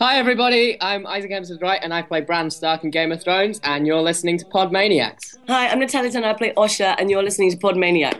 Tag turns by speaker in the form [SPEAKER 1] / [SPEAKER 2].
[SPEAKER 1] Hi, everybody. I'm Isaac Hempstead Wright, and I play Bran Stark in Game of Thrones, and you're listening to Pod Maniacs.
[SPEAKER 2] Hi, I'm Natalia and I play Osha, and you're listening to Pod Maniacs.